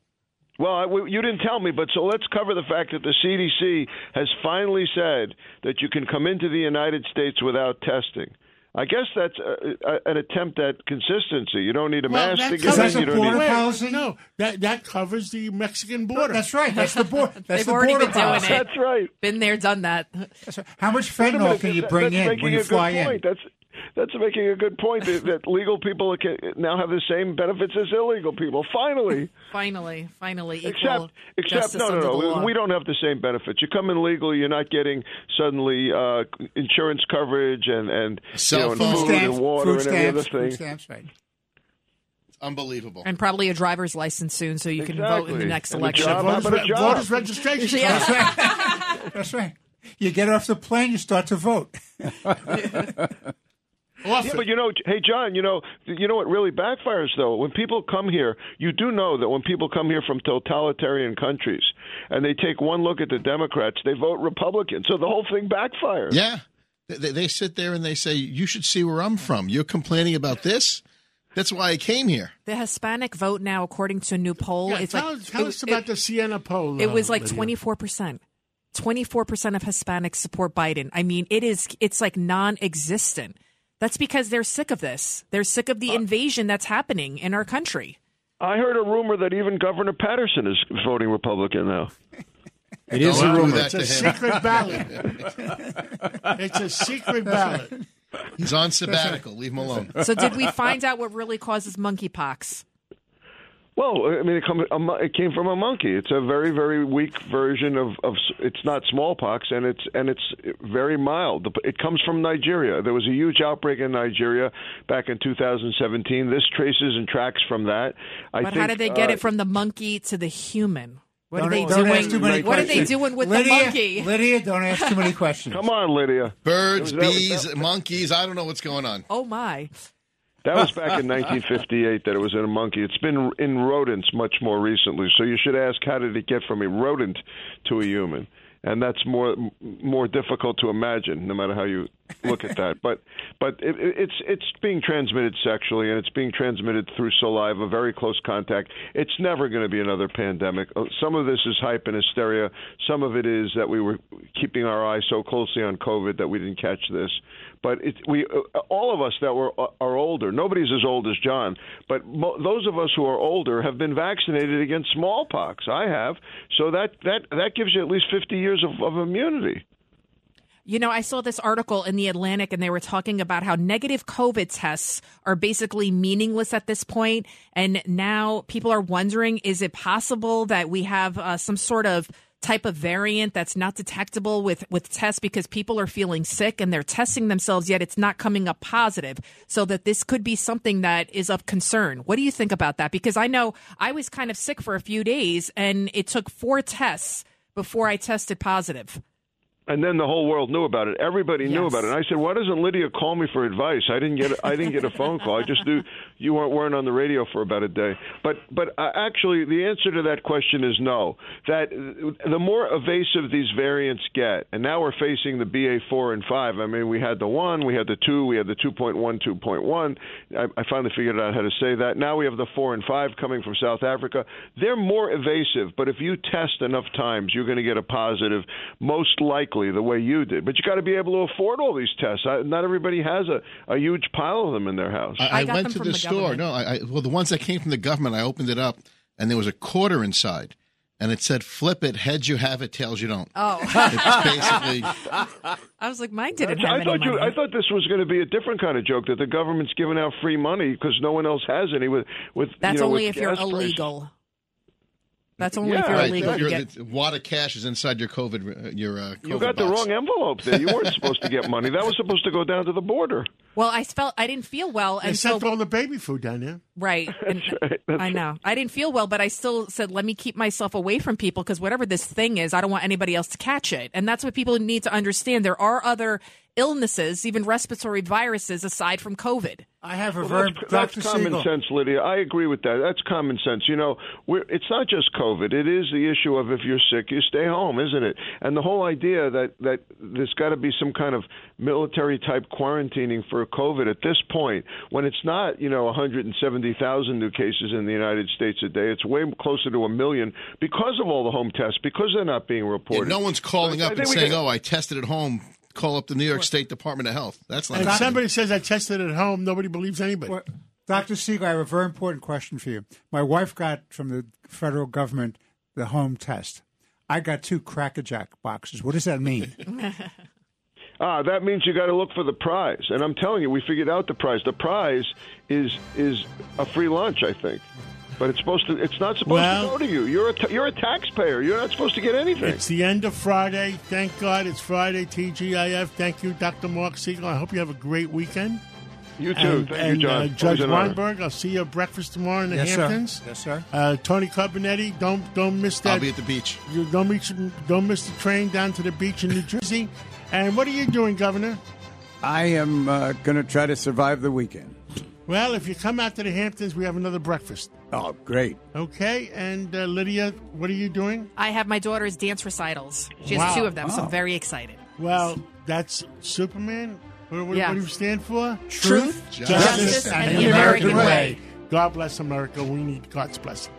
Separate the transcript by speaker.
Speaker 1: Well, I, we- you didn't tell me, but so let's cover the fact that the CDC has finally said that you can come into the United States without testing. I guess that's a, a, an attempt at consistency. You don't need a
Speaker 2: Well,
Speaker 1: mask
Speaker 2: that
Speaker 1: to
Speaker 2: covers-
Speaker 1: get in. You don't need.
Speaker 2: Wait,
Speaker 3: policy?
Speaker 2: No, that that covers the Mexican border.
Speaker 3: That's right. That's the board. That's
Speaker 4: They've
Speaker 3: the
Speaker 4: already
Speaker 3: border
Speaker 4: been doing
Speaker 3: policy.
Speaker 4: it.
Speaker 1: That's right.
Speaker 4: Been there, done that.
Speaker 3: How much
Speaker 1: Wait a
Speaker 3: fentanyl
Speaker 1: minute,
Speaker 3: can you
Speaker 1: that-
Speaker 3: bring
Speaker 1: that's
Speaker 3: in
Speaker 1: making
Speaker 3: when
Speaker 1: a
Speaker 3: you
Speaker 1: good
Speaker 3: fly in?
Speaker 1: point. That's that's making a good point that, that legal people can, now have the same benefits as illegal people. Finally.
Speaker 4: Finally, finally, equal
Speaker 1: Except, except
Speaker 4: justice
Speaker 1: no, no,
Speaker 4: under the law.
Speaker 1: no. We don't have the same benefits. You come in legal, you're not getting suddenly uh, insurance coverage and and, you
Speaker 2: Cell
Speaker 1: know, and
Speaker 2: phone
Speaker 1: food
Speaker 3: Stamps,
Speaker 1: and water and
Speaker 3: food
Speaker 1: every
Speaker 3: stamps,
Speaker 1: other
Speaker 3: food
Speaker 1: thing.
Speaker 3: stamps, right.
Speaker 2: Unbelievable.
Speaker 4: and probably a driver's license soon, so you can vote in the
Speaker 1: Exactly.
Speaker 4: next
Speaker 1: And the
Speaker 4: election.
Speaker 1: job- How
Speaker 2: Voters,
Speaker 1: about a
Speaker 2: re-
Speaker 1: job?
Speaker 2: voters registration.
Speaker 4: Yeah.
Speaker 2: card.
Speaker 3: That's right. You get off the plane, you start to vote.
Speaker 2: Off
Speaker 1: Yeah,
Speaker 2: it.
Speaker 1: but you know, hey John, you know, you know what really backfires though. When people come here, you do know that when people come here from totalitarian countries and they take one look at the Democrats, they vote Republican. So the whole thing backfires.
Speaker 5: Yeah. They, they sit there and they say, You should see where I'm from. You're complaining about this? That's why I came here.
Speaker 4: the Hispanic vote now, according to a new poll,
Speaker 2: Yeah,
Speaker 4: it's
Speaker 2: tell
Speaker 4: like
Speaker 2: us, tell
Speaker 4: it,
Speaker 2: us about
Speaker 4: it-
Speaker 2: the Siena poll.
Speaker 4: it
Speaker 2: uh,
Speaker 4: was like
Speaker 2: Lydia.
Speaker 4: twenty four percent. Twenty four percent of Hispanics support Biden. I mean, it is it's like non existent. That's because they're sick of this. They're sick of
Speaker 3: Uh,
Speaker 4: the invasion that's happening in our country.
Speaker 1: I heard a rumor that even Governor Patterson is voting Republican now.
Speaker 6: It is a
Speaker 5: Don't do
Speaker 6: rumor.
Speaker 2: It's
Speaker 5: that
Speaker 2: a
Speaker 5: to him.
Speaker 2: secret ballot. it's a secret ballot.
Speaker 5: He's on sabbatical. Leave him alone.
Speaker 4: So did we find out what really causes monkeypox?
Speaker 1: Well, I mean, it, come, a mo- it came from a monkey. It's a very, very weak version of, of. s- It's not smallpox, and it's and it's very mild. The- It comes from Nigeria. There was a huge outbreak in Nigeria back in 2017. This traces and tracks from that. I
Speaker 4: But
Speaker 1: think,
Speaker 4: how did they get
Speaker 1: uh,
Speaker 4: it from the monkey to the human? What are
Speaker 3: Don't-
Speaker 4: they
Speaker 3: don't ask too many
Speaker 4: doing? What are they
Speaker 3: questions.
Speaker 4: doing with the
Speaker 3: Lydia,
Speaker 4: monkey?
Speaker 3: Lydia, don't ask too many questions.
Speaker 1: Come on, Lydia.
Speaker 5: Birds,
Speaker 1: It was- that was-
Speaker 5: bees,
Speaker 1: that-
Speaker 5: monkeys. I don't know what's going on.
Speaker 4: Oh my!
Speaker 1: That was back in 1958 that it was in a monkey. It's been in rodents much more recently. So you should ask how did it get from a rodent to a human? And that's more more difficult to imagine, no matter how you look at that. But but it, it- it's it's being transmitted sexually, and it's being transmitted through saliva, very close contact. It's never going to be another pandemic. Uh, Some of this is hype and hysteria. Some of it is that we were keeping our eye so closely on COVID that we didn't catch this but it, we uh, all of us that were uh, are older. Nobody's as old as John, but mo- those of us who are older have been vaccinated against smallpox. I have, so that that that gives you at least fifty years of, of immunity.
Speaker 4: You know, I saw this article in the Atlantic, and they were talking about how negative COVID tests are basically meaningless at this point, and now people are wondering: is it possible that we have uh, some sort of type of variant that's not detectable with with tests because people are feeling sick and they're testing themselves, yet it's not coming up positive? So that this could be something that is of concern. What do you think about that? Because I know I was kind of sick for a few days, and it took four tests before I tested positive.
Speaker 1: And then the whole world knew about it. Everybody knew
Speaker 4: Yes.
Speaker 1: about it. And I said, "Why doesn't Lydia call me for advice? I didn't get I didn't get a phone call. I just knew you weren't weren't on the radio for about a day." But but uh, actually, the answer to that question is no. That uh, the more evasive these variants get, and now we're facing the BA four and five. I mean, we had the one, we had the two, we had the two point one, two point one. I, I finally figured out how to say that. Now we have the four and five coming from South Africa. They're more evasive, but if you test enough times, you're going to get a positive, most likely the way you did. But you got to be able to afford all these tests. I, not everybody has a, a huge pile of them in their house.
Speaker 4: I
Speaker 5: I, I
Speaker 4: got
Speaker 5: went
Speaker 4: them
Speaker 5: to
Speaker 4: from
Speaker 5: the,
Speaker 4: the
Speaker 5: store.
Speaker 4: government.
Speaker 5: No, I, I well the ones that came from the government. I opened it up, and there was a quarter inside, and it said, "Flip it, heads you have it, tails you don't."
Speaker 4: Oh.
Speaker 5: It's basically
Speaker 4: I was like, mine didn't have
Speaker 1: I
Speaker 4: any
Speaker 1: thought you,
Speaker 4: money.
Speaker 1: I thought this was going to be a different kind of joke that the government's giving out free money because no one else has any. With with
Speaker 4: That's
Speaker 1: you know,
Speaker 4: only
Speaker 1: with
Speaker 4: if you're
Speaker 1: gas prices.
Speaker 4: illegal. That's only if
Speaker 1: Yeah,
Speaker 4: you're
Speaker 1: right.
Speaker 4: illegal. You
Speaker 5: Your-
Speaker 4: get,
Speaker 5: the wad of cash is inside your COVID. uh, Your uh, COVID
Speaker 1: You got the
Speaker 5: box.
Speaker 1: wrong envelope there. You weren't supposed to get money. That was supposed to go down to the border.
Speaker 4: well, I felt I didn't feel well,
Speaker 2: They
Speaker 4: and so
Speaker 2: sent all the baby food down there.
Speaker 4: right. And, I know I didn't feel well, but I still said, let me keep myself away from people because whatever this thing is, I don't want anybody else to catch it. And that's what people need to understand. There are other illnesses, even respiratory viruses, aside from COVID.
Speaker 2: I have a
Speaker 1: Well,
Speaker 2: verb,
Speaker 1: that's, that's
Speaker 2: Dr.
Speaker 1: common
Speaker 2: Siegel.
Speaker 1: sense, Lydia. I agree with that. That's common sense. You know, we're, it's not just COVID. It is the issue of if you're sick, you stay home, isn't it? And the whole idea that that there's got to be some kind of military type quarantining for COVID at this point, when it's not, you know, 170,000 new cases in the United States a day. It's way closer to a million because of all the home tests, because they're not being
Speaker 5: Yeah,
Speaker 1: reported.
Speaker 5: no one's calling
Speaker 1: I
Speaker 5: up and
Speaker 1: think we
Speaker 5: saying,
Speaker 1: can-
Speaker 5: "Oh, I tested at home." Call up the New York State Department of Health. That's not.
Speaker 2: And
Speaker 5: happening.
Speaker 2: somebody says I tested at home, nobody believes anybody.
Speaker 3: Well, Dr. Siegel, I have a very important question for you. My wife got from the federal government the home test. I got two Crackerjack boxes. What does that mean?
Speaker 1: Ah, that means you got to look for the prize. And I'm telling you, we figured out the prize. The prize is is a free lunch, I think. But it's supposed to. It's not supposed
Speaker 2: Well-
Speaker 1: to go to you. You're a t- you're a taxpayer. You're not supposed to get anything.
Speaker 2: It's the end of Friday. Thank God it's Friday, TGIF. Thank you, Dr. Mark Siegel. I hope you have a great weekend.
Speaker 1: You too.
Speaker 2: And,
Speaker 1: Thank
Speaker 2: and,
Speaker 1: you, John.
Speaker 2: Uh,
Speaker 1: Always
Speaker 2: Judge
Speaker 1: an honor.
Speaker 2: Weinberg, I'll see you at breakfast tomorrow in the
Speaker 3: Yes, sir.
Speaker 2: Hamptons.
Speaker 3: Yes, sir.
Speaker 2: Uh, Tony Carbonetti, don't don't miss
Speaker 5: I'll
Speaker 2: that.
Speaker 5: be at the beach.
Speaker 2: you don't miss don't miss the train down to the beach in New Jersey. And what are you doing, Governor?
Speaker 6: I am uh, going to try to survive the weekend.
Speaker 2: Well, if you come out to the Hamptons, we have another breakfast.
Speaker 6: Oh, great.
Speaker 2: Okay. And uh, Lydia, what are you doing?
Speaker 4: I have my daughter's dance recitals. She has
Speaker 2: Wow.
Speaker 4: two of them, so I'm very excited.
Speaker 2: Well, that's Superman. What, what,
Speaker 4: Yeah.
Speaker 2: what do you stand for?
Speaker 4: Truth,
Speaker 5: Justice,
Speaker 4: and the American way.
Speaker 2: God bless America. We need God's blessing.